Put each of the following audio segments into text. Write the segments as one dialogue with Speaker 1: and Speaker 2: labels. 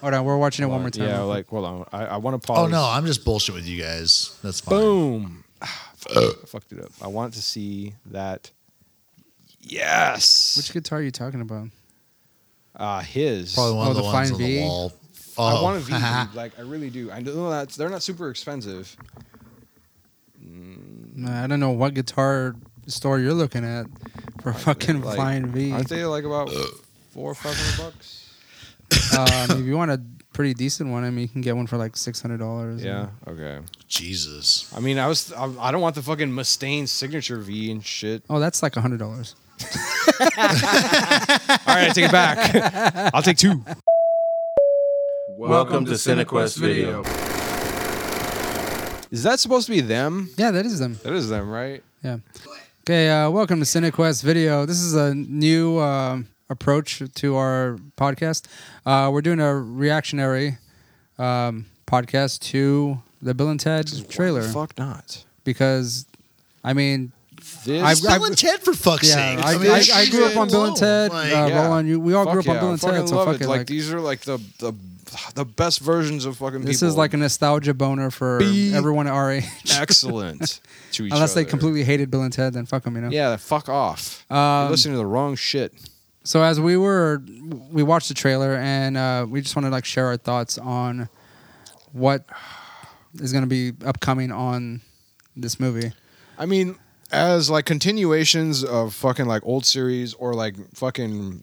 Speaker 1: Hold on, we're watching it one more
Speaker 2: Like,
Speaker 1: time.
Speaker 2: Yeah, like hold on, I, I want to pause.
Speaker 3: Oh no, I'm just bullshit with you guys. That's fine.
Speaker 2: boom, Ah, fuck, I fucked it up. I want to see that. Yes,
Speaker 1: Which guitar are you talking about?
Speaker 2: uh, his.
Speaker 3: Probably one
Speaker 1: Oh,
Speaker 3: of the,
Speaker 1: the
Speaker 3: ones
Speaker 1: fine
Speaker 3: on the
Speaker 1: V?
Speaker 3: wall.
Speaker 2: I
Speaker 3: Oh.
Speaker 2: want a V, dude. like I really do. I know that's they're not super expensive.
Speaker 1: No, I don't know what guitar store you're looking at for fucking
Speaker 2: Like,
Speaker 1: Flying V.
Speaker 2: Aren't they like about four or five hundred bucks?
Speaker 1: uh, if you want a pretty decent one, I mean, you can get one for like six hundred dollars.
Speaker 2: Yeah. Okay.
Speaker 3: Jesus.
Speaker 2: I mean, I was. I, I don't want the fucking Mustaine signature V and shit.
Speaker 1: Oh, that's like hundred dollars.
Speaker 2: All right, I take it back. I'll take two.
Speaker 4: Welcome to Cinequest Video.
Speaker 2: Is that supposed to be them?
Speaker 1: Yeah, that is them.
Speaker 2: That is them, right?
Speaker 1: Yeah. Okay. Uh, welcome to CineQuest Video. This is a new um, approach to our podcast. Uh, we're doing a reactionary um, podcast to the Bill and Ted trailer
Speaker 2: Fuck not.
Speaker 1: because, I mean,
Speaker 2: This.
Speaker 1: I've-
Speaker 3: Bill and Ted for fuck's
Speaker 1: yeah,
Speaker 3: sake.
Speaker 1: I,
Speaker 3: I mean,
Speaker 1: I,
Speaker 3: that
Speaker 1: I
Speaker 3: shit
Speaker 1: grew up on Bill and
Speaker 3: alone,
Speaker 1: Ted.
Speaker 3: like-
Speaker 1: uh, roll on you. We all
Speaker 2: Fuck
Speaker 1: grew up on
Speaker 2: yeah,
Speaker 1: Bill
Speaker 2: I
Speaker 1: and
Speaker 2: fucking
Speaker 1: Ted, so
Speaker 2: love
Speaker 1: fuck
Speaker 2: it.
Speaker 1: it.
Speaker 2: Like,
Speaker 1: like,
Speaker 2: these are like the the the best versions of fucking.
Speaker 1: this
Speaker 2: people.
Speaker 1: is like a nostalgia boner for
Speaker 2: Be-
Speaker 1: everyone at our age.
Speaker 2: excellent. to each
Speaker 1: Unless they
Speaker 2: other.
Speaker 1: completely hated Bill and Ted, then fuck them, you know.
Speaker 2: Yeah, then fuck off. You're
Speaker 1: Um,
Speaker 2: listening to the wrong shit.
Speaker 1: So as we were, we watched the trailer and uh, we just want to like share our thoughts on what is going to be upcoming on this movie.
Speaker 2: I mean, as like continuations of fucking like old series or like fucking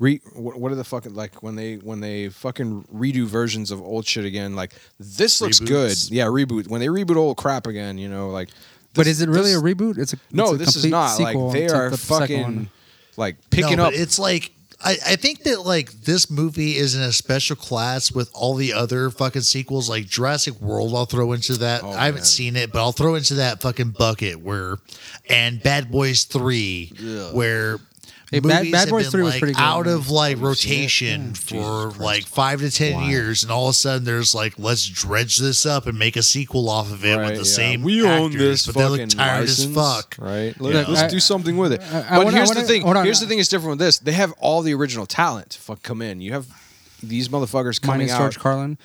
Speaker 2: re what what are the fucking like when they when they fucking redo versions of old shit again like this looks
Speaker 3: Reboots.
Speaker 2: good. Yeah, reboot. When they reboot old crap again, you know, like
Speaker 1: but
Speaker 2: this-
Speaker 1: is it really
Speaker 2: this-
Speaker 1: a reboot? It's a
Speaker 2: No,
Speaker 1: it's a
Speaker 2: this is
Speaker 1: complete
Speaker 2: not. Like
Speaker 1: sequel
Speaker 2: they
Speaker 1: to
Speaker 2: are
Speaker 1: the second
Speaker 2: fucking
Speaker 1: one.
Speaker 2: like
Speaker 3: No,
Speaker 2: picking
Speaker 3: but
Speaker 2: up
Speaker 3: It's like I, I think that like this movie is in a special class with all the other fucking sequels, like Jurassic World. I'll throw into that. I
Speaker 2: Oh,
Speaker 3: haven't
Speaker 2: man.
Speaker 3: seen it, but I'll throw into that fucking bucket where, and Bad Boys Three, where.
Speaker 1: Hey, Bad-
Speaker 3: movies
Speaker 1: Bad
Speaker 3: have
Speaker 1: Boys
Speaker 3: been,
Speaker 1: 3 was
Speaker 3: like,
Speaker 1: pretty good,
Speaker 3: out
Speaker 1: man.
Speaker 3: of like rotation
Speaker 2: Mm.
Speaker 3: for like five to ten years, and all of a sudden there's like let's dredge this up and make a sequel off of it
Speaker 2: Right,
Speaker 3: with the
Speaker 2: yeah.
Speaker 3: same
Speaker 2: We
Speaker 3: actors,
Speaker 2: own this
Speaker 3: but they
Speaker 2: fucking
Speaker 3: look tired as
Speaker 2: license,
Speaker 3: fuck.
Speaker 2: right?
Speaker 3: You
Speaker 2: Look,
Speaker 3: know?
Speaker 2: let's
Speaker 1: I-
Speaker 2: do something with it.
Speaker 1: I- I
Speaker 2: but
Speaker 1: wanna- I
Speaker 2: here's the
Speaker 1: wanna-
Speaker 2: thing.
Speaker 1: hold on.
Speaker 2: Here's the thing. It's different with this. They have all the original talent. to Fuck, come in. You have these motherfuckers coming
Speaker 1: minus
Speaker 2: out.
Speaker 1: George Carlin,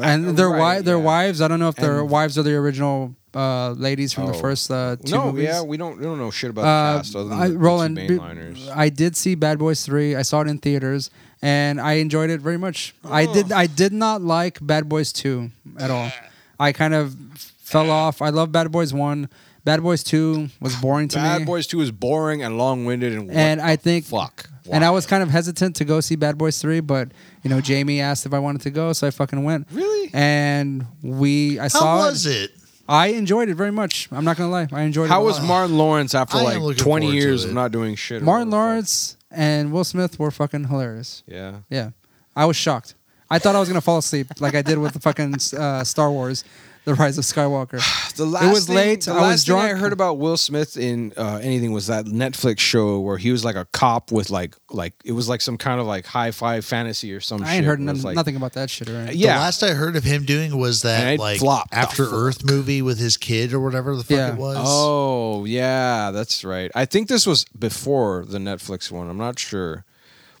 Speaker 1: and their
Speaker 2: right,
Speaker 1: wi- their
Speaker 2: yeah.
Speaker 1: wives. I don't know if their
Speaker 2: And-
Speaker 1: wives are the original uh, ladies from the
Speaker 2: Oh.
Speaker 1: first uh, two
Speaker 2: no,
Speaker 1: movies.
Speaker 2: yeah, we don't. We don't know shit about the
Speaker 1: Uh,
Speaker 2: cast other than
Speaker 1: I,
Speaker 2: the,
Speaker 1: Roland,
Speaker 2: the
Speaker 1: be-
Speaker 2: two mainliners.
Speaker 1: I did see Bad Boys Three. I saw it in theaters, and I enjoyed it very much.
Speaker 2: Oh.
Speaker 1: I did. I did not like Bad Boys Two at all. I kind of fell off. I love Bad Boys One. Bad Boys Two was boring to
Speaker 2: Bad
Speaker 1: me,
Speaker 2: Boys Two is boring and long-winded and what
Speaker 1: and I
Speaker 2: the
Speaker 1: think
Speaker 2: fuck.
Speaker 1: And I
Speaker 2: Why?
Speaker 1: was kind of hesitant to go see Bad Boys Three, but you know, Jamie asked if I wanted to go, so I fucking went.
Speaker 2: Really?
Speaker 1: And we, I
Speaker 3: How
Speaker 1: saw
Speaker 3: was it?
Speaker 1: I enjoyed it very much. I'm not gonna lie, I enjoyed it.
Speaker 2: How
Speaker 1: a
Speaker 2: was
Speaker 1: lot.
Speaker 2: Martin Lawrence after
Speaker 3: I am
Speaker 2: like
Speaker 3: looking
Speaker 2: 20
Speaker 3: forward to
Speaker 2: years
Speaker 3: it.
Speaker 2: of not doing shit? or
Speaker 1: Martin
Speaker 2: whatever the
Speaker 1: Lawrence and Will Smith were fucking hilarious.
Speaker 2: fuck? Yeah.
Speaker 1: Yeah, I was shocked. I thought I was gonna fall asleep like I did with the fucking uh, Star Wars, The Rise of Skywalker.
Speaker 2: The last
Speaker 1: it was
Speaker 2: thing,
Speaker 1: late.
Speaker 2: The
Speaker 1: I
Speaker 2: last
Speaker 1: was
Speaker 2: thing
Speaker 1: drunk.
Speaker 2: I heard about Will Smith in uh, anything was that Netflix show where he was like a cop with like like it was like some kind of like hi-fi fantasy or some.
Speaker 1: I
Speaker 2: shit
Speaker 1: ain't heard
Speaker 2: where it's
Speaker 1: none-
Speaker 2: like,
Speaker 1: nothing about that shit. Right?
Speaker 2: Yeah,
Speaker 3: The last I heard of him doing was
Speaker 2: And it
Speaker 3: that like
Speaker 2: flopped the
Speaker 3: After
Speaker 2: fuck.
Speaker 3: Earth movie with his kid or whatever the fuck
Speaker 1: Yeah.
Speaker 3: it was.
Speaker 2: Oh yeah, that's right. I think this was before the Netflix one. I'm not sure,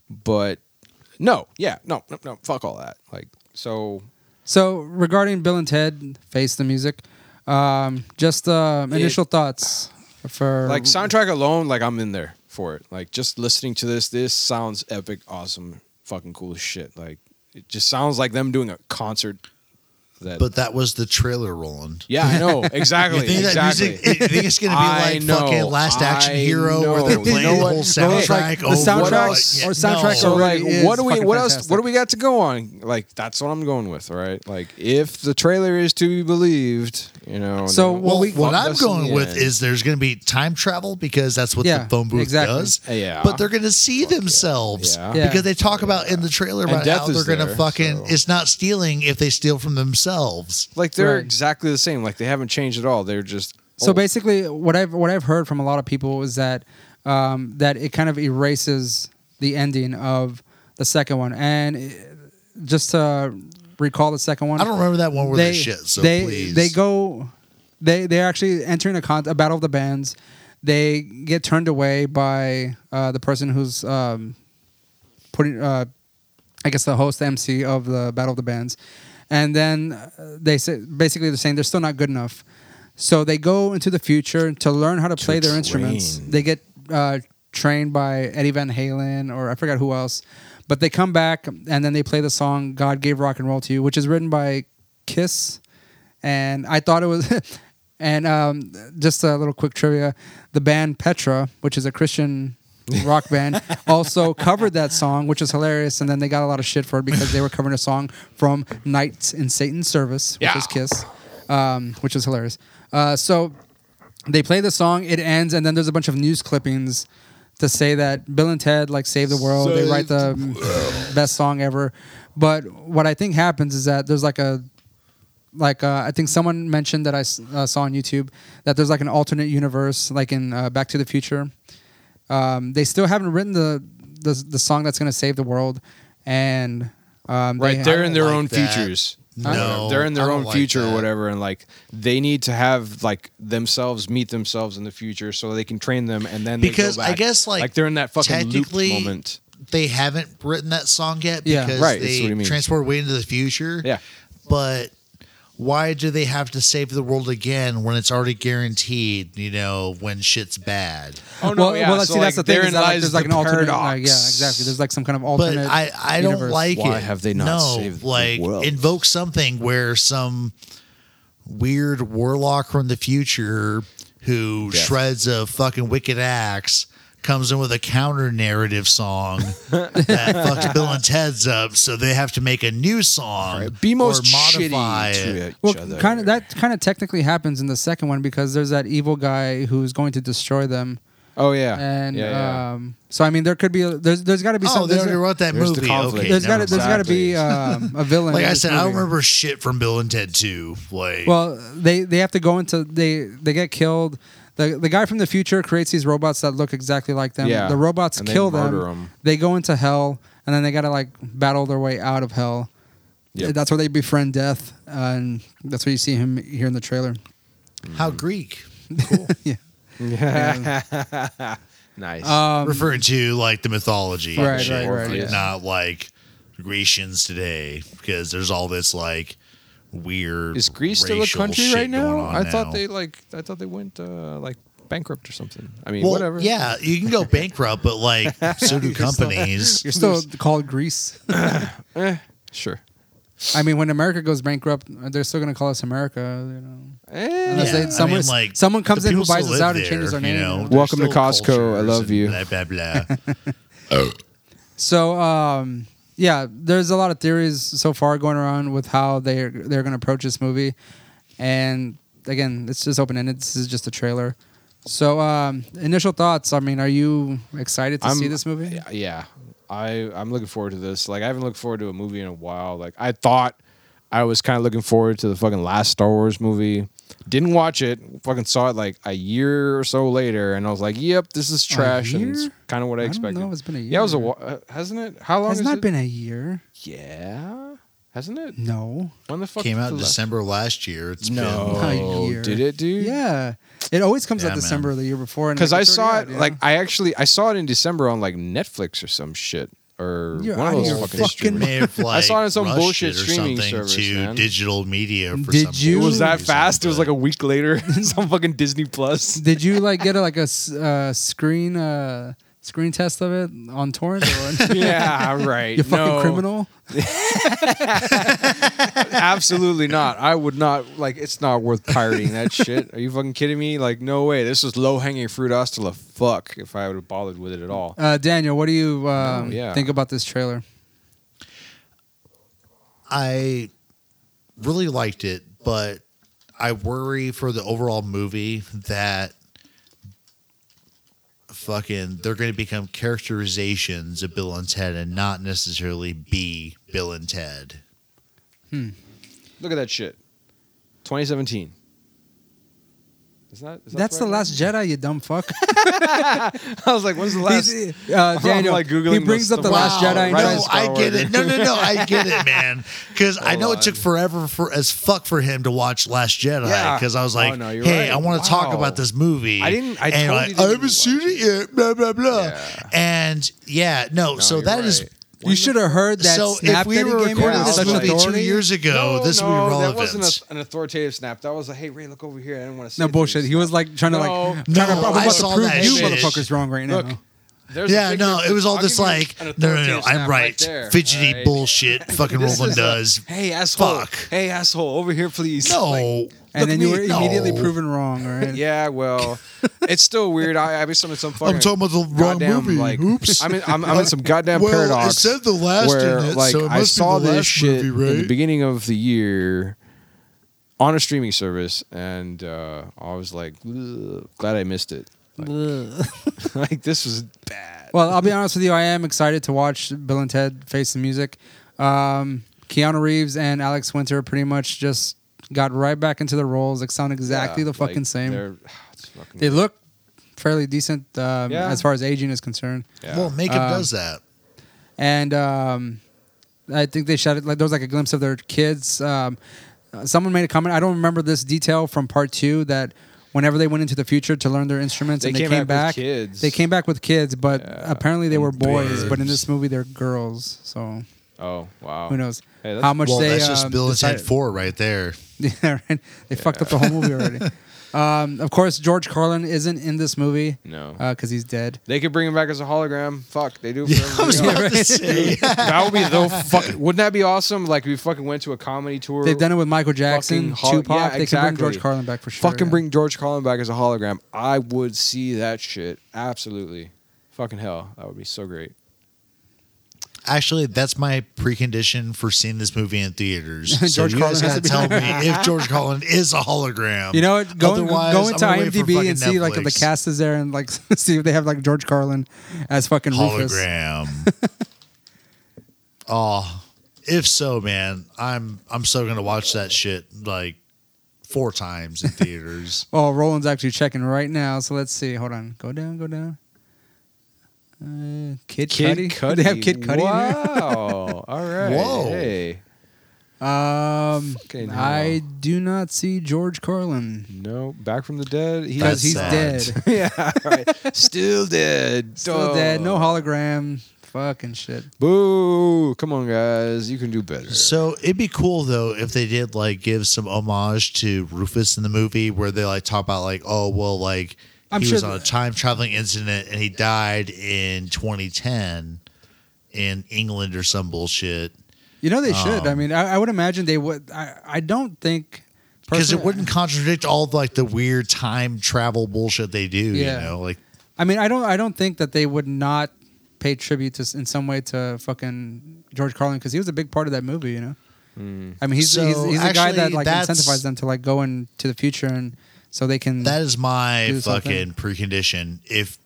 Speaker 2: but no, yeah, no, no, no. Fuck all that. Like so,
Speaker 1: So regarding Bill and Ted, face the music. Um, just uh, initial thoughts for
Speaker 2: like soundtrack alone, like I'm in there for it. Like just listening to this, this sounds epic, awesome, fucking cool as shit. Like it just sounds like them doing a concert. That
Speaker 3: But that was the trailer, Roland.
Speaker 2: yeah, I know
Speaker 3: You
Speaker 2: exactly.
Speaker 3: think that
Speaker 2: exactly.
Speaker 3: music? You think it's gonna be
Speaker 2: I
Speaker 3: like
Speaker 2: know,
Speaker 3: fucking Last Action
Speaker 2: I
Speaker 3: Hero, where
Speaker 2: know.
Speaker 3: they're
Speaker 2: You
Speaker 3: playing
Speaker 2: know
Speaker 3: the
Speaker 2: what?
Speaker 3: whole
Speaker 2: No,
Speaker 3: soundtrack Oh,
Speaker 2: it's
Speaker 1: like the
Speaker 3: over?
Speaker 1: soundtracks
Speaker 3: like,
Speaker 1: or soundtracks
Speaker 2: so
Speaker 3: no.
Speaker 1: are
Speaker 2: like
Speaker 1: really
Speaker 2: what
Speaker 1: is
Speaker 2: do we
Speaker 1: fucking
Speaker 2: what else
Speaker 1: fantastic.
Speaker 2: what do we got to go on like that's what i'm going with right like if the trailer is to be believed you know
Speaker 1: So,
Speaker 2: then-
Speaker 1: what
Speaker 3: Well,
Speaker 1: we-
Speaker 3: what
Speaker 2: fuck
Speaker 3: I'm
Speaker 2: this in
Speaker 3: going
Speaker 2: the
Speaker 3: with
Speaker 2: end.
Speaker 3: is there's going to be time travel because that's what
Speaker 1: Yeah,
Speaker 3: the phone booth
Speaker 1: exactly.
Speaker 3: does.
Speaker 2: Yeah.
Speaker 3: But they're going to see themselves
Speaker 2: Yeah.
Speaker 1: Yeah.
Speaker 3: because they talk about in the trailer
Speaker 2: And
Speaker 3: about how
Speaker 2: death
Speaker 3: they're
Speaker 2: is
Speaker 3: going to
Speaker 2: there,
Speaker 3: fucking.
Speaker 2: so-
Speaker 3: It's not stealing if they steal from themselves.
Speaker 2: like they're
Speaker 1: Right.
Speaker 2: exactly the same like they haven't changed at all they're just
Speaker 1: So
Speaker 2: old.
Speaker 1: basically, what I've what I've heard from a lot of people is that um, that it kind of erases the ending of the second one, and it- just to recall the second one,
Speaker 3: I don't remember that one where they, shit. So
Speaker 1: they
Speaker 3: please,
Speaker 1: they go, they they're actually entering a, con- a battle of the bands. They get turned away by uh, the person who's um, putting uh, I guess the host MC of the Battle of the Bands, and then uh, they say basically they're saying they're still not good enough, so they go into the future to learn how to, play their instruments.
Speaker 2: train.
Speaker 1: They get uh, trained by Eddie Van Halen or I forgot who else, but they come back and then they play the song "God Gave Rock and Roll to You," which is written by Kiss, and I thought it was. And um, just a little quick trivia: the band Petra, which is a Christian rock band, also covered that song, which is hilarious. And then they got a lot of shit for it because they were covering a song from Knights in Satan's Service, which
Speaker 2: Yeah.
Speaker 1: is Kiss, um, which is hilarious. Uh, so they play the song, it ends, and then there's a bunch of news clippings to say that Bill and Ted like save the world. they write the best song ever. But what I think happens is that there's like a like uh, I think someone mentioned that I s- uh, saw on YouTube that there's like an alternate universe, like in uh, Back to the Future. Um, they still haven't written the the, the song that's going to save the world, and um,
Speaker 2: right
Speaker 1: they-
Speaker 2: they're in
Speaker 3: don't
Speaker 2: their
Speaker 3: like
Speaker 2: own
Speaker 3: that.
Speaker 2: futures
Speaker 3: No,
Speaker 2: they're in
Speaker 3: I
Speaker 2: their
Speaker 3: don't
Speaker 2: own
Speaker 3: like
Speaker 2: future
Speaker 3: that.
Speaker 2: or whatever and like they need to have like themselves meet themselves in the future so they can train them and then
Speaker 3: Because
Speaker 2: they
Speaker 3: I
Speaker 2: go back.
Speaker 3: guess, like,
Speaker 2: they're in that fucking loop
Speaker 3: technically-
Speaker 2: moment
Speaker 3: They haven't written that song yet
Speaker 1: Yeah.
Speaker 3: because
Speaker 2: Right, that's
Speaker 3: they
Speaker 2: what I mean.
Speaker 3: transport way into the future.
Speaker 2: Yeah.
Speaker 3: But why do they have to save the world again when it's already guaranteed, you know, when shit's bad?
Speaker 2: oh
Speaker 1: well, well, see, that's the thing. Is that, like, there's like an alternate, like, yeah, exactly. There's like some kind of
Speaker 3: But
Speaker 1: alternate.
Speaker 3: I, I don't
Speaker 1: universe.
Speaker 3: like it.
Speaker 2: Why have they not
Speaker 3: no,
Speaker 2: saved the
Speaker 3: like
Speaker 2: world?
Speaker 3: invoke something where some weird warlock from the future who
Speaker 2: Death.
Speaker 3: shreds a fucking wicked axe comes in with a counter narrative song that fucks Bill and Ted's up, so they have to make a new song
Speaker 2: be most
Speaker 3: or modify
Speaker 2: shitty
Speaker 3: it.
Speaker 2: to each
Speaker 1: Well,
Speaker 2: other
Speaker 1: kind of that kind of technically happens in the second one because there's that evil guy who's going to destroy them,
Speaker 2: oh yeah
Speaker 1: and
Speaker 2: yeah, yeah.
Speaker 1: Um, so I mean there could be a, there's there's got to be
Speaker 3: Oh,
Speaker 1: some
Speaker 3: they
Speaker 1: there's,
Speaker 3: already wrote that
Speaker 2: There's the
Speaker 3: movie.
Speaker 2: conflict.
Speaker 3: okay,
Speaker 1: there's got
Speaker 3: never
Speaker 1: to there's
Speaker 3: mind.
Speaker 1: got to be
Speaker 2: Exactly.
Speaker 1: um, a villain.
Speaker 3: Like
Speaker 1: in
Speaker 3: I
Speaker 1: this
Speaker 3: said, I don't
Speaker 1: movie.
Speaker 3: remember shit from Bill and Ted 2. Like,
Speaker 1: Well, they they have to go into they they get killed. The, the guy from the future creates these robots that look exactly like them.
Speaker 2: Yeah,
Speaker 1: The robots
Speaker 2: and they
Speaker 1: kill them.
Speaker 2: murder 'em.
Speaker 1: They go into hell, and then they gotta like battle their way out of hell.
Speaker 2: Yep.
Speaker 1: That's where they befriend death, and that's where you see him here in the trailer.
Speaker 3: how Greek?
Speaker 1: yeah.
Speaker 2: nice
Speaker 1: uh, um,
Speaker 3: referring to like the mythology,
Speaker 1: Right,
Speaker 3: and shit,
Speaker 1: right, right, yeah.
Speaker 3: not like Grecians today, because there's all this like weird.
Speaker 2: is Greece still a
Speaker 3: racial
Speaker 2: country
Speaker 3: shit
Speaker 2: right
Speaker 3: going
Speaker 2: now
Speaker 3: on
Speaker 2: I thought
Speaker 3: now.
Speaker 2: they like I thought they went uh, like bankrupt or something I mean
Speaker 3: Well,
Speaker 2: whatever
Speaker 3: yeah, you can go bankrupt, but like so do companies.
Speaker 1: You're still called Greece.
Speaker 2: sure
Speaker 1: I mean, when America goes bankrupt, they're still gonna call us America. You know,
Speaker 2: Eh.
Speaker 1: Unless
Speaker 3: Yeah,
Speaker 1: they- someone- someone comes
Speaker 3: the
Speaker 1: in who
Speaker 3: people
Speaker 1: buys
Speaker 3: still
Speaker 1: us out
Speaker 3: live
Speaker 1: and changes our name.
Speaker 3: there's
Speaker 2: Welcome to
Speaker 3: still
Speaker 2: Costco, I
Speaker 3: cultures
Speaker 2: love
Speaker 3: and
Speaker 2: you.
Speaker 3: Blah blah blah.
Speaker 1: So um, yeah, there's a lot of theories so far going around with how they are, they're going to approach this movie, and again, it's just open ended. This is just a trailer. So um, initial thoughts. I mean, are you excited to
Speaker 2: I'm-
Speaker 1: see this movie?
Speaker 2: Yeah, yeah. I I'm looking forward to this. Like I haven't looked forward to a movie in a while. Like I thought I was kind of looking forward to the fucking last Star Wars movie. Didn't watch it. Fucking saw it like a year or so later, and I was like, "Yep, this is trash." And it's
Speaker 1: year?
Speaker 2: kind of what I,
Speaker 1: I don't
Speaker 2: expected.
Speaker 1: know, it's been a
Speaker 2: Yeah, it was a
Speaker 1: year.
Speaker 2: wa- uh, hasn't it? How long
Speaker 1: Has
Speaker 2: has
Speaker 1: not
Speaker 2: it-
Speaker 1: been a year.
Speaker 2: Yeah, hasn't it?
Speaker 1: No.
Speaker 2: When the fuck
Speaker 3: Came out
Speaker 2: the-
Speaker 3: December last year. It's
Speaker 2: No,
Speaker 1: Not a year.
Speaker 2: Oh, did it, dude?
Speaker 1: Yeah, it always comes
Speaker 3: Yeah,
Speaker 1: out
Speaker 3: man.
Speaker 1: December of the year before. and,
Speaker 2: because
Speaker 1: like,
Speaker 2: I
Speaker 1: it's
Speaker 2: saw it
Speaker 1: already out, yeah.
Speaker 2: like I actually I saw it in December on like Netflix or some shit or
Speaker 1: You're
Speaker 2: one
Speaker 1: out
Speaker 2: of
Speaker 1: of
Speaker 2: those
Speaker 1: your
Speaker 2: fucking,
Speaker 1: fucking
Speaker 2: streamers.
Speaker 3: been, may have, like,
Speaker 2: I saw it on some
Speaker 3: rushed
Speaker 2: bullshit
Speaker 3: it or
Speaker 2: streaming
Speaker 3: something
Speaker 2: service,
Speaker 3: to
Speaker 2: man.
Speaker 3: digital media. For
Speaker 1: Did
Speaker 3: some
Speaker 1: you-
Speaker 2: It was that
Speaker 3: reason,
Speaker 2: fast. It was
Speaker 3: but-
Speaker 2: like a week later. some fucking Disney Plus.
Speaker 1: Did you like get a, like a s- uh, screen uh, screen test of it on torrent? Or
Speaker 2: yeah, right.
Speaker 1: you fucking
Speaker 2: No,
Speaker 1: criminal.
Speaker 2: Absolutely not. I would not like. It's not worth pirating that shit. Are you fucking kidding me? Like, no way. This was low hanging fruit. I still a fuck if I would have bothered with it at all.
Speaker 1: Uh, Daniel, what do you um,
Speaker 2: Oh, yeah.
Speaker 1: think about this trailer?
Speaker 3: I really liked it, but I worry for the overall movie that fucking they're going to become characterizations of Bill and Ted and not necessarily be Bill and Ted.
Speaker 2: Look at that shit. 2017. Is that, is that
Speaker 1: That's the
Speaker 2: right?
Speaker 1: Last Jedi, you dumb fuck.
Speaker 2: I was like, when's the last?
Speaker 1: He's- uh, Daniel,
Speaker 2: like Googling
Speaker 1: he brings
Speaker 2: the-
Speaker 1: up the
Speaker 2: the
Speaker 1: Last
Speaker 2: Wow,
Speaker 1: Jedi and
Speaker 2: right.
Speaker 1: tries.
Speaker 3: No, I
Speaker 2: Star
Speaker 3: get
Speaker 2: Wars.
Speaker 3: it. No, no, no, I get it, man. Because I know
Speaker 2: Hold
Speaker 3: it took
Speaker 2: on.
Speaker 3: forever for as fuck for him to watch Last Jedi.
Speaker 2: Yeah.
Speaker 3: Because I was
Speaker 2: Oh,
Speaker 3: like,
Speaker 2: no, you're
Speaker 3: hey,
Speaker 2: right.
Speaker 3: I want to talk
Speaker 2: Wow.
Speaker 3: about this movie.
Speaker 2: I didn't- I
Speaker 3: and
Speaker 2: totally
Speaker 3: like,
Speaker 2: didn't
Speaker 3: I haven't seen
Speaker 2: watch
Speaker 3: it yet. Blah blah blah.
Speaker 2: Yeah.
Speaker 3: And yeah, no. so
Speaker 2: you're
Speaker 3: that is
Speaker 2: right.
Speaker 1: You should have heard that
Speaker 3: so
Speaker 1: snap
Speaker 3: if we
Speaker 1: that he
Speaker 3: were
Speaker 1: gave me
Speaker 3: recording
Speaker 1: with
Speaker 3: this
Speaker 1: such
Speaker 3: movie
Speaker 1: authority.
Speaker 3: two years ago, this would be
Speaker 2: that
Speaker 3: relevant.
Speaker 2: wasn't a- an authoritative snap. That was a hey Ray, look over here. I didn't want to.
Speaker 1: No bullshit. He was like trying to like
Speaker 2: No.
Speaker 1: trying to,
Speaker 3: No,
Speaker 1: I'm
Speaker 3: I
Speaker 1: about to
Speaker 3: saw
Speaker 1: prove
Speaker 3: that
Speaker 1: you
Speaker 3: shit.
Speaker 1: motherfuckers wrong right now.
Speaker 2: Look, there's a
Speaker 3: yeah,
Speaker 2: big
Speaker 3: no,
Speaker 2: difference.
Speaker 3: it was all
Speaker 2: I'll
Speaker 3: this
Speaker 2: give you
Speaker 3: like,
Speaker 2: an
Speaker 3: no, no, no,
Speaker 2: authoritative
Speaker 3: I'm
Speaker 2: snap
Speaker 3: right.
Speaker 2: there.
Speaker 3: Fidgety
Speaker 2: Alright.
Speaker 3: bullshit. Fucking
Speaker 2: This
Speaker 3: Roland
Speaker 2: is a,
Speaker 3: does.
Speaker 2: Hey asshole.
Speaker 3: Fuck.
Speaker 2: Hey asshole. Over here, please. Like,
Speaker 3: No,
Speaker 1: and then you
Speaker 2: me.
Speaker 1: were immediately
Speaker 3: No.
Speaker 1: proven wrong, right?
Speaker 2: yeah, well, it's still weird. I, I'm in some some fucking.
Speaker 3: I'm talking about the wrong
Speaker 2: goddamn,
Speaker 3: movie.
Speaker 2: Like,
Speaker 3: Oops.
Speaker 2: I'm in, I'm, I'm in some goddamn
Speaker 3: Well, it
Speaker 2: paradox.
Speaker 3: said the last
Speaker 2: where,
Speaker 3: in it,
Speaker 2: like,
Speaker 3: so it
Speaker 2: I
Speaker 3: must be
Speaker 2: saw
Speaker 3: the
Speaker 2: this
Speaker 3: last
Speaker 2: shit
Speaker 3: movie,
Speaker 2: in the
Speaker 3: right?
Speaker 2: beginning of the year on a streaming service, and uh, I was like, "Ugh, glad I missed it. like this was bad.
Speaker 1: Well, I'll be honest with you. I am excited to watch Bill and Ted Face the Music. Um, Keanu Reeves and Alex Winter pretty much just got right back into their roles. Like sound exactly
Speaker 2: Yeah,
Speaker 1: the fucking
Speaker 2: like,
Speaker 1: same.
Speaker 2: they're- it's fucking-
Speaker 1: They look fairly decent um,
Speaker 2: Yeah.
Speaker 1: as far as aging is concerned.
Speaker 2: yeah.
Speaker 3: Well,
Speaker 1: uh,
Speaker 3: makeup does that.
Speaker 1: and um, I think they shot it like there was like a glimpse of their kids. Um, uh, someone made a comment. I don't remember this detail from part two that whenever they went into the future to learn their instruments
Speaker 2: They
Speaker 1: and they came,
Speaker 2: came
Speaker 1: back,
Speaker 2: back with kids.
Speaker 1: they came back with kids, but apparently they were boys. But in
Speaker 3: birds.
Speaker 1: this movie, they're girls. So
Speaker 2: oh wow.
Speaker 1: who knows
Speaker 2: Hey, that's-
Speaker 1: how much
Speaker 3: Well,
Speaker 1: they
Speaker 3: that's just
Speaker 1: um,
Speaker 3: Bill and Ted
Speaker 1: decided-
Speaker 3: Four right there.
Speaker 1: yeah, right. They fucked up the whole movie already. um, of course, George Carlin isn't in this movie.
Speaker 2: No.
Speaker 1: because he's dead.
Speaker 2: They could bring him back as a hologram. Fuck, they do. it For everybody
Speaker 3: I
Speaker 2: else.
Speaker 3: was about to say.
Speaker 2: that would be the fucking. Wouldn't that be awesome? Like we fucking went to a comedy tour.
Speaker 1: They've done it with Michael Jackson,
Speaker 2: hol-
Speaker 1: Tupac.
Speaker 2: yeah,
Speaker 1: they can bring
Speaker 2: exactly.
Speaker 1: George Carlin back for sure.
Speaker 2: Fucking
Speaker 1: yeah.
Speaker 2: bring George Carlin back as a hologram. I would see that shit. Absolutely. Fucking hell. That would be so great.
Speaker 3: Actually, that's my precondition for seeing this movie in theaters. So
Speaker 1: George
Speaker 3: you guys
Speaker 1: Carlin has
Speaker 3: gotta
Speaker 1: to be
Speaker 3: tell me if George Carlin is a hologram.
Speaker 1: You know what? Go,
Speaker 3: Otherwise,
Speaker 1: go
Speaker 3: I'm
Speaker 1: into
Speaker 3: gonna wait for
Speaker 1: IMDb
Speaker 3: fucking
Speaker 1: and see like if the
Speaker 3: Netflix.
Speaker 1: cast is there and like see if they have like George Carlin as fucking Rufus.
Speaker 3: hologram. oh, if so, man, I'm I'm so gonna watch that shit like four times in theaters.
Speaker 1: Oh, Roland's actually checking right now. So let's see. Hold on. Go down. Go down. Uh, Kid, Cudi. They have Kid Cudi. in here?
Speaker 2: Wow. All right.
Speaker 3: Whoa.
Speaker 2: Hey.
Speaker 1: Um,
Speaker 2: Fucking
Speaker 1: I do not see George Carlin
Speaker 2: No. Back from the dead. He
Speaker 1: because
Speaker 3: That's
Speaker 1: he's
Speaker 3: sad.
Speaker 1: dead.
Speaker 2: yeah. Right. Still dead.
Speaker 1: Still
Speaker 2: Duh.
Speaker 1: dead. No hologram. Fucking shit.
Speaker 2: Boo. Come on, guys. You can do better.
Speaker 3: So it'd be cool though if they did like give some homage to Rufus in the movie where they like talk about like oh well like
Speaker 1: I'm
Speaker 3: he
Speaker 1: sure
Speaker 3: was
Speaker 1: th-
Speaker 3: on a time traveling incident and he died in 2010 in England or some bullshit
Speaker 1: You know they should. I
Speaker 3: Um,
Speaker 1: mean, I, I would imagine they would. I, I don't think
Speaker 3: because it
Speaker 1: personally-
Speaker 3: wouldn't contradict all of, like the weird time travel bullshit they do.
Speaker 1: Yeah.
Speaker 3: You know like
Speaker 1: I mean, I don't, I don't think that they would not pay tribute to s- in some way to fucking George Carlin because he was a big part of that movie. You know, I mean, he's
Speaker 3: Hmm. So,
Speaker 1: he's, he's a guy that
Speaker 3: actually,
Speaker 1: like
Speaker 3: that's-
Speaker 1: incentivized them to like go into the future and so they can.
Speaker 3: That is my
Speaker 1: Do something.
Speaker 3: fucking precondition. If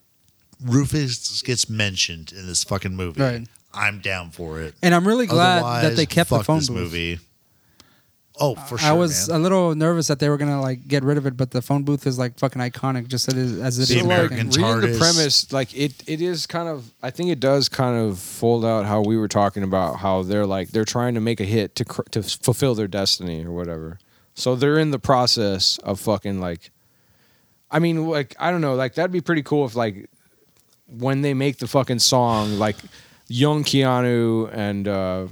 Speaker 3: Rufus gets mentioned in this fucking movie,
Speaker 1: Right.
Speaker 3: I'm down for it.
Speaker 1: and I'm really glad that
Speaker 3: Otherwise,
Speaker 1: they kept the
Speaker 3: fuck
Speaker 1: phone
Speaker 3: this
Speaker 1: booth.
Speaker 3: movie. Oh, for sure.
Speaker 1: I was
Speaker 3: man.
Speaker 1: a little nervous that they were gonna like get rid of it, but the phone booth is like fucking iconic, just as it is. As it
Speaker 3: The
Speaker 1: is
Speaker 2: like,
Speaker 3: American
Speaker 1: fucking-
Speaker 2: reading the
Speaker 3: TARDIS.
Speaker 2: premise, like it, it is kind of. I think it does kind of fold out how we were talking about how they're like they're trying to make a hit to cr- to fulfill their destiny or whatever. So they're in the process of fucking like. I mean, like I don't know, like that'd be pretty cool if like when they make the fucking song, like young Keanu and uh,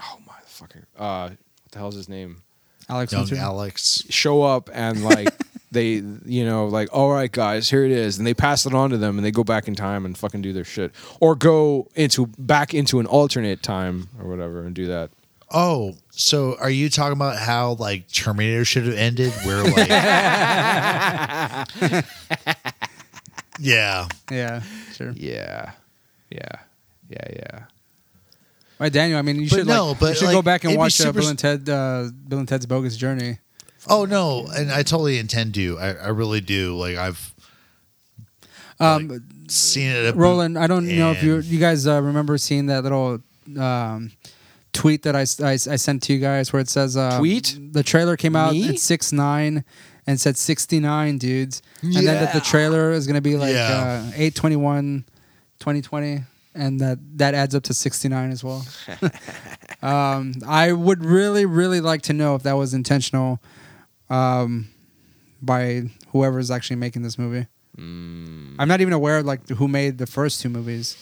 Speaker 2: oh my fucking uh, what the hell's his name?
Speaker 1: Alex
Speaker 3: young
Speaker 1: Winter.
Speaker 3: Alex.
Speaker 2: show up and like they you know like all right guys here it is and they pass it on to them and they go back in time and fucking do their shit or go into back into an alternate time or whatever and do that
Speaker 3: Oh, so are you talking about how like Terminator should have ended? Where like, yeah,
Speaker 1: Yeah, sure.
Speaker 2: yeah yeah yeah yeah
Speaker 1: All right, Daniel. I mean, you
Speaker 3: But
Speaker 1: should
Speaker 3: no,
Speaker 1: like, you
Speaker 3: but,
Speaker 1: should
Speaker 3: like,
Speaker 1: go back and
Speaker 3: it'd be
Speaker 1: watch uh,
Speaker 3: super
Speaker 1: Bill
Speaker 3: s-
Speaker 1: and Ted uh, Bill and Ted's Bogus Journey.
Speaker 3: Oh no, and I totally intend to. I, I really do. Like I've
Speaker 1: Um,
Speaker 3: like, seen it. at-
Speaker 1: Roland, I don't know if you
Speaker 3: and-
Speaker 1: you guys uh, remember seeing that little um, tweet that I, s- I s- I sent to you guys where it says uh,
Speaker 2: Tweet?
Speaker 1: the trailer came out
Speaker 2: Me?
Speaker 1: at six nine and said sixty nine dudes, and then that the
Speaker 2: Yeah.
Speaker 1: trailer is gonna be like
Speaker 3: Yeah.
Speaker 1: uh, 821, 2020, and that that adds up to sixty nine as well. um, I would really really like to know if that was intentional. Um, by whoever's actually making this movie.
Speaker 3: Mm.
Speaker 1: I'm not even aware of like who made the first two movies.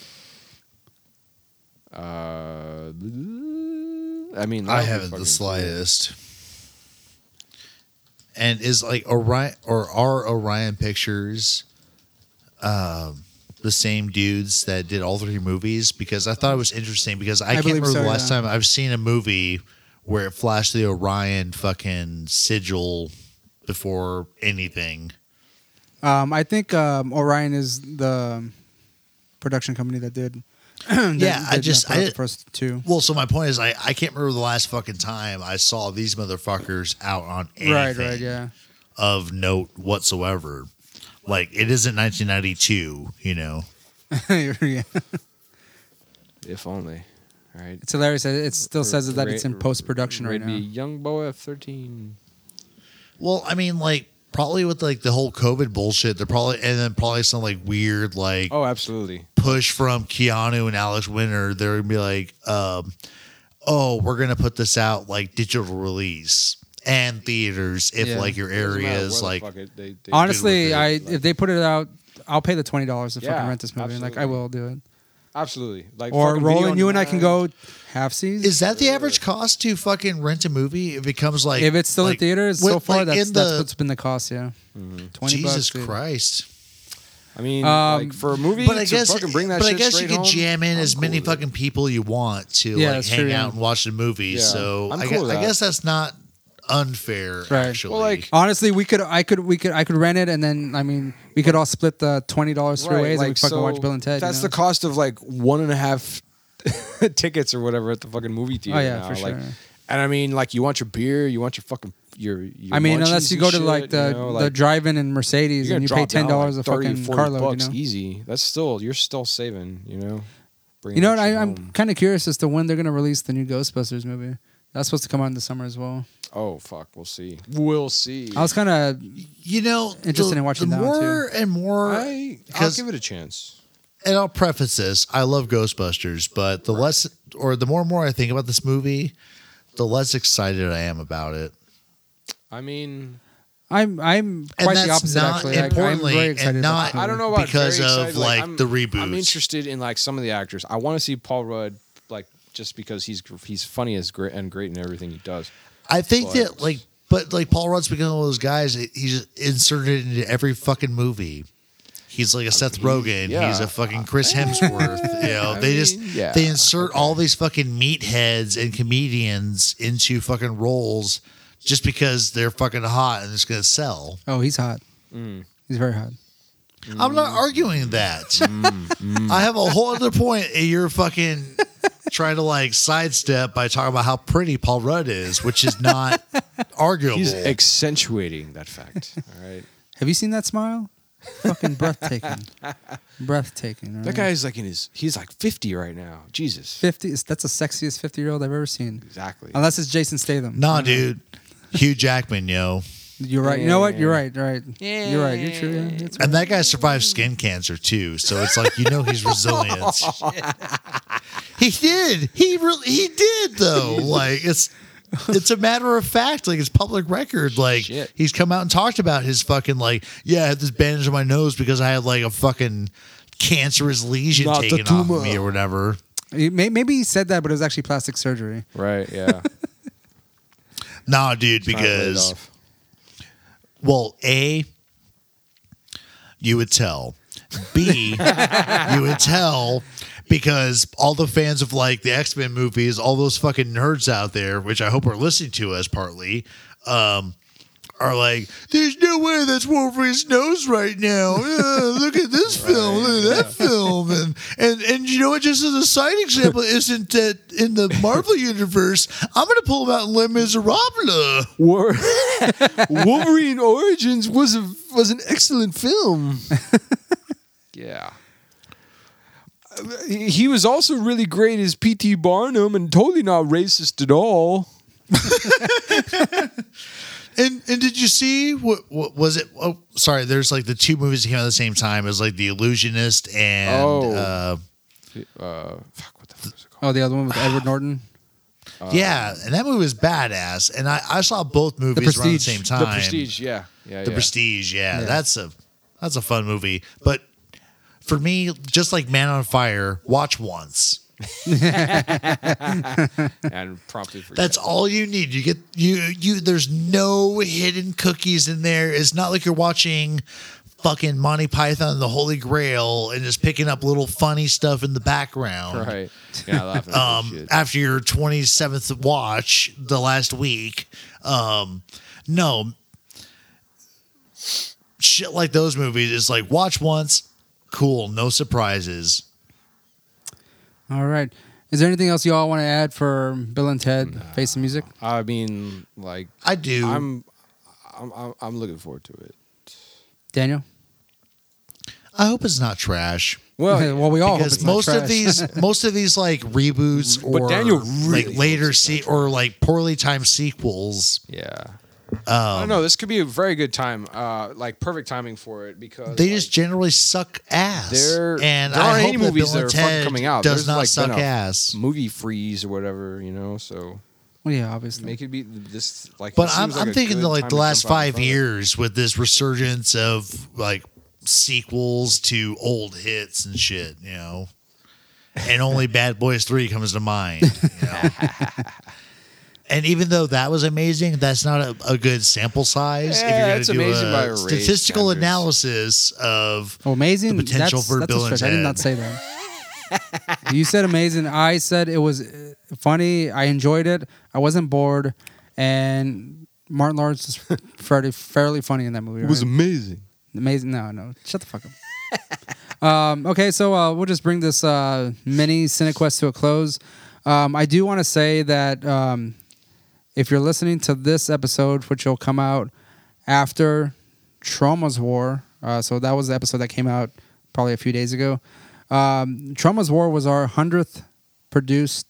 Speaker 2: Uh, I mean,
Speaker 3: I
Speaker 2: that would be
Speaker 3: haven't the
Speaker 2: fucking-
Speaker 3: slightest. And is like Orion or are Orion Pictures um the same dudes that did all three movies? Because I thought it was interesting because I, can't
Speaker 1: believe
Speaker 3: remember
Speaker 1: so,
Speaker 3: the last
Speaker 1: yeah.
Speaker 3: time I've seen a movie where it flashed the Orion fucking sigil before anything.
Speaker 1: Um, I think um, Orion is the production company that did. that
Speaker 3: Yeah, I
Speaker 1: did
Speaker 3: just-
Speaker 1: put out
Speaker 3: I-
Speaker 1: the first two.
Speaker 3: Well, so my point is I, I can't remember the last fucking time I saw these motherfuckers out on anything.
Speaker 1: Right, right, yeah.
Speaker 3: of note whatsoever. Like it isn't 1992, you know.
Speaker 1: yeah.
Speaker 2: If only, right?
Speaker 1: It's hilarious. that It still says that it's in post production right
Speaker 2: Rated
Speaker 1: now.
Speaker 2: Young boy F thirteen.
Speaker 3: Well, I mean, like probably with like the whole COVID bullshit, they're probably and then probably some like weird like
Speaker 2: Oh, absolutely.
Speaker 3: push from Keanu and Alex Winter. They're gonna be like, um, oh, we're gonna put this out like digital release and theaters if
Speaker 1: Yeah.
Speaker 3: like your
Speaker 2: Doesn't
Speaker 3: area
Speaker 2: matter
Speaker 3: is
Speaker 2: where the
Speaker 3: like
Speaker 2: fuck it- they- they-
Speaker 1: Honestly,
Speaker 3: it,
Speaker 1: I
Speaker 2: like-
Speaker 1: if they put it out, I'll pay the twenty dollars to
Speaker 2: Yeah,
Speaker 1: fucking rent this movie. Like I
Speaker 2: absolutely.
Speaker 1: will do it.
Speaker 2: absolutely. Like
Speaker 1: Or
Speaker 2: fucking video
Speaker 1: Roland,
Speaker 2: on
Speaker 1: you and I can
Speaker 2: demand.
Speaker 1: go half seas.
Speaker 3: Is that the average cost to fucking rent a movie? It becomes like
Speaker 1: if it's still
Speaker 3: like,
Speaker 1: in theaters, so
Speaker 3: with-
Speaker 1: far
Speaker 3: like,
Speaker 1: that's
Speaker 3: in
Speaker 1: that's
Speaker 3: the-
Speaker 1: what's been the cost. Yeah,
Speaker 2: Mm-hmm.
Speaker 1: twenty bucks.
Speaker 3: Jesus
Speaker 1: dude.
Speaker 3: Christ.
Speaker 2: I mean,
Speaker 1: Um,
Speaker 2: like for a movie,
Speaker 3: but I
Speaker 2: to
Speaker 3: guess
Speaker 2: fucking bring that
Speaker 3: but
Speaker 2: shit
Speaker 3: I guess you
Speaker 2: straight
Speaker 3: can
Speaker 2: home,
Speaker 3: jam in
Speaker 2: I'm
Speaker 3: as
Speaker 2: cool
Speaker 3: many
Speaker 2: with it.
Speaker 3: fucking people you want to
Speaker 1: Yeah,
Speaker 3: like
Speaker 1: that's
Speaker 3: hang
Speaker 1: true, yeah.
Speaker 3: out and watch the movie.
Speaker 2: Yeah,
Speaker 3: So
Speaker 2: I'm
Speaker 3: I,
Speaker 2: cool
Speaker 3: guess,
Speaker 2: with
Speaker 3: I
Speaker 2: that.
Speaker 3: guess that's not unfair.
Speaker 1: Right.
Speaker 3: Actually,
Speaker 2: Well, like,
Speaker 1: Honestly, we could I could we could I could rent it and then I mean we could all split the twenty dollars three
Speaker 2: Right,
Speaker 1: ways
Speaker 2: like,
Speaker 1: and we fucking
Speaker 2: so
Speaker 1: watch Bill and Ted. you
Speaker 2: That's
Speaker 1: know?
Speaker 2: the cost of like one and a half tickets or whatever at the fucking movie theater.
Speaker 1: Oh, yeah,
Speaker 2: now.
Speaker 1: for
Speaker 2: Like,
Speaker 1: sure.
Speaker 2: and I mean, like you want your beer, you want your fucking your. your
Speaker 1: I mean,
Speaker 2: munchies
Speaker 1: unless you
Speaker 2: and
Speaker 1: go to
Speaker 2: shit,
Speaker 1: like the
Speaker 2: you know,
Speaker 1: the
Speaker 2: like,
Speaker 1: drive-in in Mercedes
Speaker 2: you're
Speaker 1: and you
Speaker 2: gonna
Speaker 1: pay
Speaker 2: drop down,
Speaker 1: ten dollars
Speaker 2: like,
Speaker 1: a
Speaker 2: 30,
Speaker 1: fucking
Speaker 2: 40
Speaker 1: carload,
Speaker 2: bucks
Speaker 1: you know.
Speaker 2: easy. That's still you're still saving. You know. Bringing
Speaker 1: You know what?
Speaker 2: that
Speaker 1: I,
Speaker 2: shit
Speaker 1: I'm
Speaker 2: home.
Speaker 1: kind of curious as to when they're gonna release the new Ghostbusters movie. That's supposed to come out in the summer as well.
Speaker 2: Oh fuck, we'll see. We'll see.
Speaker 1: I was kind of
Speaker 3: you know,
Speaker 1: Interested
Speaker 3: the,
Speaker 1: in watching
Speaker 3: the
Speaker 1: that one,
Speaker 3: more and more.
Speaker 2: I, I'll
Speaker 3: because-
Speaker 2: give it a chance.
Speaker 3: and I'll preface this: I love Ghostbusters, but the less or the more and more I think about this movie, the less excited I am about it.
Speaker 2: I mean,
Speaker 1: I'm I'm
Speaker 3: And
Speaker 1: quite the
Speaker 3: that's
Speaker 1: opposite
Speaker 3: not
Speaker 1: actually. I, I'm
Speaker 3: importantly-
Speaker 1: very
Speaker 3: and
Speaker 1: excited.
Speaker 3: not-
Speaker 1: about
Speaker 2: I don't know about
Speaker 3: Because
Speaker 2: very
Speaker 3: of,
Speaker 2: excited,
Speaker 3: like,
Speaker 2: I'm-
Speaker 3: the reboot.
Speaker 2: I'm interested in like some of the actors. I want to see Paul Rudd like just because he's he's funny as great and great in everything he does.
Speaker 3: I think
Speaker 2: But-
Speaker 3: that like, but like Paul Rudd's become one of those guys. he- He's inserted into every fucking movie. He's like a Seth Rogen.
Speaker 2: yeah.
Speaker 3: He's a fucking Chris Hemsworth. you know,
Speaker 2: I
Speaker 3: they just
Speaker 2: mean, yeah,
Speaker 3: they insert all these fucking meatheads and comedians into fucking roles just because they're fucking hot and it's gonna sell.
Speaker 1: Oh, he's hot. He's very hot.
Speaker 3: I'm not arguing that.
Speaker 2: Mm,
Speaker 3: I have a whole other point. and You're fucking trying to like sidestep by talking about how pretty Paul Rudd is, which is not arguable.
Speaker 2: He's accentuating that fact. All right,
Speaker 1: Have you seen that smile? Fucking breathtaking. breathtaking.
Speaker 2: that guy's like in his he's like 50 right now. Jesus,
Speaker 1: fifty. That's the sexiest fifty year old I've ever seen.
Speaker 2: exactly.
Speaker 1: Unless it's Jason Statham.
Speaker 3: Nah,
Speaker 2: Mm-hmm.
Speaker 3: dude. Hugh Jackman, yo.
Speaker 1: You're right. You know what? You're right. You're right. You're right. You're true. Yeah, that's right.
Speaker 3: And that guy survived skin cancer too, so it's like you know he's
Speaker 2: Oh,
Speaker 3: resilient. he did. He really he did though. Like it's it's a matter of fact. Like it's public record. Like
Speaker 2: Shit.
Speaker 3: he's come out and talked about his fucking like yeah, I had this bandage on my nose because I had like a fucking cancerous lesion
Speaker 2: Not the
Speaker 3: taken off
Speaker 2: tumor.
Speaker 3: of me or whatever.
Speaker 1: He may- Maybe he said that, but it was actually plastic surgery.
Speaker 2: Right? Yeah.
Speaker 3: Nah, dude,
Speaker 2: Kinda played
Speaker 3: because
Speaker 2: off.
Speaker 3: Well, A, you would tell. B, you would tell because all the fans of like the X Men movies, all those fucking nerds out there, which I hope are listening to us partly, um, are like, there's no way that's Wolverine's nose right now. Uh, look at this film, look at that film, and and and you know what? Just as a side example, isn't that in the Marvel universe? I'm gonna pull him out in Les Miserables.
Speaker 2: Wor- Wolverine Origins was a was an excellent film. yeah. He Uh, he was also really great as P.T. Barnum and totally not racist at all.
Speaker 3: And and did you see what, what was it? Oh, sorry. There's like the two movies that came out at the same time. It was like The Illusionist and
Speaker 2: Oh.
Speaker 3: uh,
Speaker 2: Uh, fuck, what the fuck is it called?
Speaker 1: Oh, the other one with Edward Norton.
Speaker 3: yeah, and that movie was badass. And I, I saw both movies around the
Speaker 1: Prestige.
Speaker 3: same
Speaker 1: The
Speaker 3: time.
Speaker 2: The Prestige, yeah. Yeah,
Speaker 3: The
Speaker 2: yeah.
Speaker 3: Prestige, yeah,
Speaker 1: Yeah.
Speaker 3: that's a that's a fun movie. But for me, just like Man on Fire, watch once.
Speaker 2: and prompted for
Speaker 3: That's all you need. You get you you. There's no hidden cookies in there. It's not like you're watching fucking Monty Python and the Holy Grail and just picking up little funny stuff in the background.
Speaker 2: right. Yeah, I laugh at that
Speaker 3: Um,
Speaker 2: shit.
Speaker 3: after your 27th watch the last week, um, no shit like those movies is like watch once, cool, no surprises.
Speaker 1: All right. Is there anything else you all want to add for Bill and Ted Face the Music?
Speaker 2: I mean, like
Speaker 3: I do.
Speaker 2: I'm, I'm, I'm, I'm looking forward to it.
Speaker 1: Daniel?
Speaker 3: I hope it's not trash.
Speaker 2: Well,
Speaker 1: well we all hope
Speaker 3: because
Speaker 1: it's not
Speaker 3: most of
Speaker 1: trash.
Speaker 3: these most of these like reboots
Speaker 2: But
Speaker 3: or
Speaker 2: Daniel really
Speaker 3: like later
Speaker 2: hopes
Speaker 3: se- or like poorly timed sequels
Speaker 2: yeah.
Speaker 3: Um,
Speaker 2: I don't know. This could be a very good time, uh, like perfect timing for it because
Speaker 3: they
Speaker 2: like,
Speaker 3: just generally suck ass
Speaker 2: There-
Speaker 3: and
Speaker 2: there
Speaker 3: I
Speaker 2: aren't
Speaker 3: hope
Speaker 2: any
Speaker 3: that
Speaker 2: movies
Speaker 3: Bill
Speaker 2: that
Speaker 3: and
Speaker 2: are fucking
Speaker 3: Ted
Speaker 2: coming out.
Speaker 3: does
Speaker 2: There's,
Speaker 3: not
Speaker 2: like, been
Speaker 3: suck
Speaker 2: a
Speaker 3: ass
Speaker 2: movie freeze or whatever, you know. So
Speaker 1: Well, yeah, obviously.
Speaker 2: make it be this like.
Speaker 3: but
Speaker 2: this
Speaker 3: I'm,
Speaker 2: seems like
Speaker 3: I'm
Speaker 2: a
Speaker 3: thinking
Speaker 2: good
Speaker 3: that, like
Speaker 2: time
Speaker 3: the
Speaker 2: to
Speaker 3: last
Speaker 2: jump out in
Speaker 3: five
Speaker 2: front of it.
Speaker 3: years with this resurgence of like sequels to old hits and shit you know and only Bad Boys 3 comes to mind. you know? and even though that was amazing, that's not a, a good sample size.
Speaker 2: Yeah,
Speaker 3: gonna
Speaker 2: it's amazing by a race
Speaker 3: statistical
Speaker 2: standards.
Speaker 3: analysis of
Speaker 1: Oh, amazing.
Speaker 3: The potential
Speaker 1: that's,
Speaker 3: for
Speaker 1: that's a
Speaker 3: Bill and
Speaker 1: stretch. I did not
Speaker 3: Ted.
Speaker 1: say that. you said amazing. I said it was uh, funny. I enjoyed it. I wasn't bored. And Martin Lawrence is fairly, fairly funny in that movie.
Speaker 2: It was
Speaker 1: right?
Speaker 2: amazing.
Speaker 1: amazing. No, no. Shut the fuck up. um, okay, so uh, we'll just bring this uh, mini CineQuest to a close. Um, I do want to say that um, if you're listening to this episode, which will come out after Trauma's War, uh, so that was the episode that came out probably a few days ago. Um, Trauma's War was our hundredth produced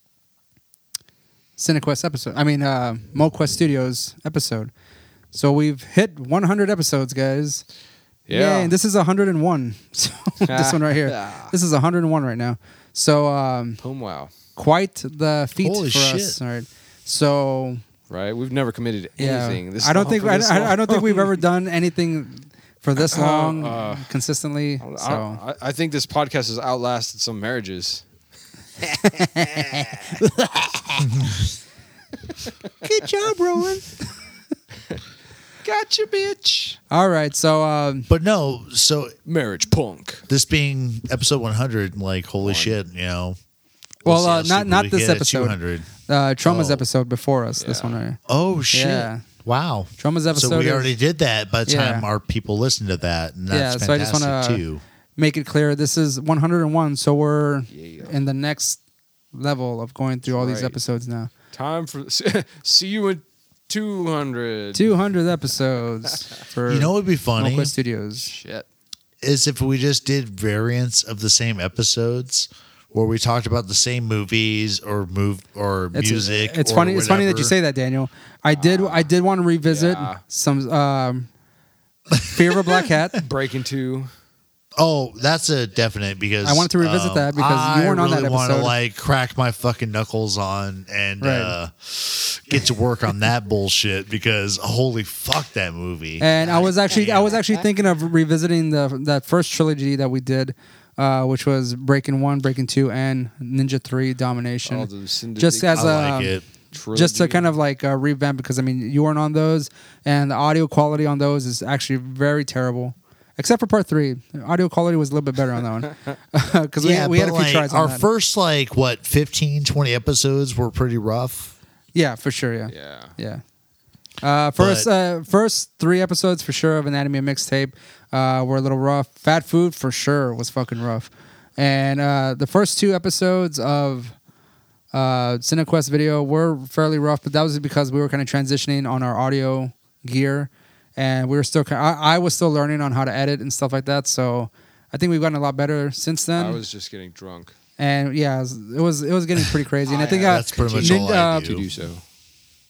Speaker 1: CineQuest episode. I mean, uh, MoQuest Studios episode. So we've hit 100 episodes, guys.
Speaker 2: Yeah.
Speaker 1: Yay, and this is 101. So this one right here.
Speaker 2: Ah.
Speaker 1: This is 101 right now. So um,
Speaker 2: Boom! Wow.
Speaker 1: quite the feat
Speaker 3: Holy
Speaker 1: for us.
Speaker 3: shit.
Speaker 1: All right. So
Speaker 2: Right. We've never committed
Speaker 1: yeah,
Speaker 2: anything. This
Speaker 1: I don't
Speaker 2: long
Speaker 1: think
Speaker 2: for
Speaker 1: I,
Speaker 2: this
Speaker 1: I-
Speaker 2: long.
Speaker 1: I don't think we've ever done anything for this long
Speaker 2: uh,
Speaker 1: consistently.
Speaker 2: I, don't- I don't-
Speaker 1: So
Speaker 2: I- I think this podcast has outlasted some marriages.
Speaker 1: good job, Roland.
Speaker 2: Gotcha, bitch.
Speaker 1: All right. So um,
Speaker 3: But no, so
Speaker 2: Marriage punk.
Speaker 3: this being episode 100, like holy shit, you know.
Speaker 1: Well,
Speaker 3: see
Speaker 1: uh,
Speaker 3: how soon
Speaker 1: not- not
Speaker 3: we
Speaker 1: this
Speaker 3: get at
Speaker 1: episode.
Speaker 3: 200.
Speaker 1: uh, Trauma's
Speaker 3: Oh.
Speaker 1: episode before us. This
Speaker 2: Yeah.
Speaker 1: one right. here.
Speaker 3: Oh shit!
Speaker 1: Yeah.
Speaker 3: Wow.
Speaker 1: Trauma's episode.
Speaker 3: so we
Speaker 1: is-
Speaker 3: already did that by the
Speaker 1: Yeah.
Speaker 3: time our people listen to that, and
Speaker 1: Yeah,
Speaker 3: that's
Speaker 1: so I just
Speaker 3: fantastic
Speaker 1: wanna-
Speaker 3: too.
Speaker 1: make it clear this is 101 so we're
Speaker 2: Yeah.
Speaker 1: in the next level of going through all these
Speaker 2: Right.
Speaker 1: episodes now
Speaker 2: Time for see you in two hundred.
Speaker 1: 200 episodes for
Speaker 3: You know what would be funny
Speaker 1: Moquest studios
Speaker 2: Shit.
Speaker 3: is if we just did variants of the same episodes where we talked about the same movies or move or
Speaker 1: it's,
Speaker 3: music.
Speaker 1: it's
Speaker 3: or
Speaker 1: funny it's funny that
Speaker 3: whatever.
Speaker 1: you say that daniel i did i did want to revisit
Speaker 2: Ah. yeah.
Speaker 1: some um fear of a black hat
Speaker 2: Break into
Speaker 3: Oh, that's a definite because
Speaker 1: I wanted to revisit
Speaker 3: um,
Speaker 1: that because you
Speaker 3: I
Speaker 1: weren't on that
Speaker 3: really wanna,
Speaker 1: episode.
Speaker 3: like crack my fucking knuckles on and
Speaker 1: Right.
Speaker 3: uh, get to work on that bullshit because holy fuck that movie.
Speaker 1: and i was actually i was actually thinking of revisiting the that first trilogy that we did uh, which was Breaking One, Breaking Two, and Ninja Three Domination.
Speaker 2: all the syndicate
Speaker 1: Just as
Speaker 3: I like
Speaker 1: um,
Speaker 3: it.
Speaker 1: just to kind of like uh, revamp because I mean you weren't on those, and the audio quality on those is actually very terrible, except for part three. Audio quality was a little bit better on that one because
Speaker 3: yeah,
Speaker 1: we, we had a
Speaker 3: but,
Speaker 1: few
Speaker 3: like,
Speaker 1: tries on
Speaker 3: Our
Speaker 1: that.
Speaker 3: first like what 15, 20 episodes were pretty rough.
Speaker 1: yeah, for sure. Yeah,
Speaker 2: yeah.
Speaker 1: yeah. Uh, first,
Speaker 3: But-
Speaker 1: uh, first three episodes for sure of Anatomy of Mixtape uh, were a little rough. Fat Food for sure was fucking rough, and uh, the first two episodes of uh, CineQuest video were fairly rough, but that was because we were kind of transitioning on our audio gear, and we were still. Kind I, I was still learning on how to edit and stuff like that. So I think we've gotten a lot better since then.
Speaker 2: I was just getting drunk
Speaker 1: and yeah, it was it was, it was getting pretty crazy. And I think uh,
Speaker 3: That's pretty much
Speaker 1: nin-
Speaker 3: all I
Speaker 1: uh,
Speaker 3: do.
Speaker 2: to do so.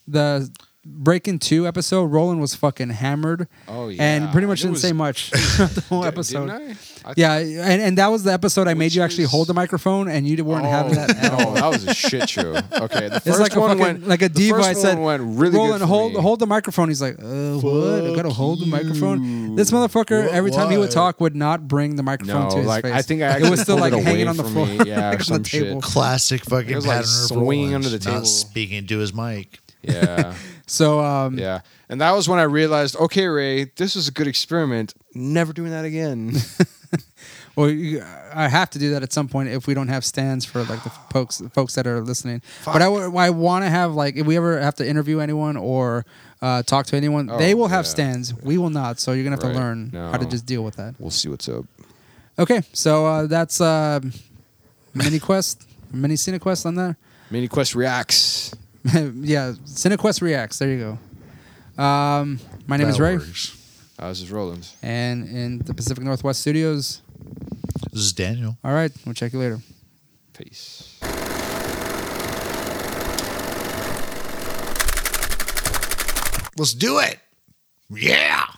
Speaker 1: the Breaking Two episode, Roland was fucking hammered.
Speaker 2: Oh,
Speaker 1: and
Speaker 2: yeah.
Speaker 1: pretty much
Speaker 2: It
Speaker 1: didn't
Speaker 2: was-
Speaker 1: say much throughout the whole
Speaker 2: Di-
Speaker 1: episode.
Speaker 2: Didn't I? I
Speaker 1: Yeah, and, and that was the episode I made you actually
Speaker 2: is-
Speaker 1: hold the microphone, and you weren't having that at all.
Speaker 2: oh, no, that was a shit show. Okay, the
Speaker 1: It's
Speaker 2: first
Speaker 1: like a
Speaker 2: one
Speaker 1: fucking
Speaker 2: went
Speaker 1: like a
Speaker 2: the
Speaker 1: diva.
Speaker 2: first
Speaker 1: I said,
Speaker 2: one went really
Speaker 1: Roland,
Speaker 2: good for
Speaker 1: hold
Speaker 2: me.
Speaker 1: hold the microphone. He's like, uh, what? I gotta hold the
Speaker 3: Fuck
Speaker 1: microphone.
Speaker 3: you.
Speaker 1: This motherfucker, every time he would
Speaker 3: What?
Speaker 1: talk, would not bring the microphone
Speaker 2: No,
Speaker 1: to his
Speaker 2: like
Speaker 1: face.
Speaker 2: I think I
Speaker 1: it
Speaker 2: actually
Speaker 1: was still
Speaker 2: pulled
Speaker 1: like
Speaker 2: it away
Speaker 1: hanging on the
Speaker 2: from
Speaker 1: floor,
Speaker 2: me. Yeah,
Speaker 1: like,
Speaker 2: or
Speaker 1: on
Speaker 2: some
Speaker 1: the
Speaker 2: shit.
Speaker 1: table.
Speaker 3: Classic fucking
Speaker 2: It was,
Speaker 3: pattern
Speaker 2: like,
Speaker 3: of
Speaker 2: swinging
Speaker 3: Roland,
Speaker 2: under the
Speaker 3: Not
Speaker 2: table.
Speaker 3: speaking to his mic.
Speaker 2: Yeah,
Speaker 1: So um,
Speaker 2: yeah, and that was when I realized, okay, Ray, this was a good experiment. Never doing that again.
Speaker 1: well, you, I have to do that at some point if we don't have stands for like the folks the folks that are listening. But I, w- I want to have like if we ever have to interview anyone or uh, talk to anyone,
Speaker 2: Oh,
Speaker 1: they will have
Speaker 2: yeah.
Speaker 1: stands. We will not. So you're gonna have
Speaker 2: Right.
Speaker 1: to learn how to
Speaker 2: No.
Speaker 1: just deal with that.
Speaker 2: we'll see what's up.
Speaker 1: Okay, so uh, that's uh, mini quest, mini cinequest on there.
Speaker 2: Mini Quest reacts.
Speaker 1: yeah, cinequest reacts. There you go. Um, my name is
Speaker 3: That
Speaker 1: Ray,
Speaker 3: works.
Speaker 2: I was just Roland.
Speaker 1: and in the Pacific Northwest Studios.
Speaker 3: This is Daniel.
Speaker 1: All right, we'll check you later.
Speaker 2: Peace.
Speaker 3: Let's do it. Yeah.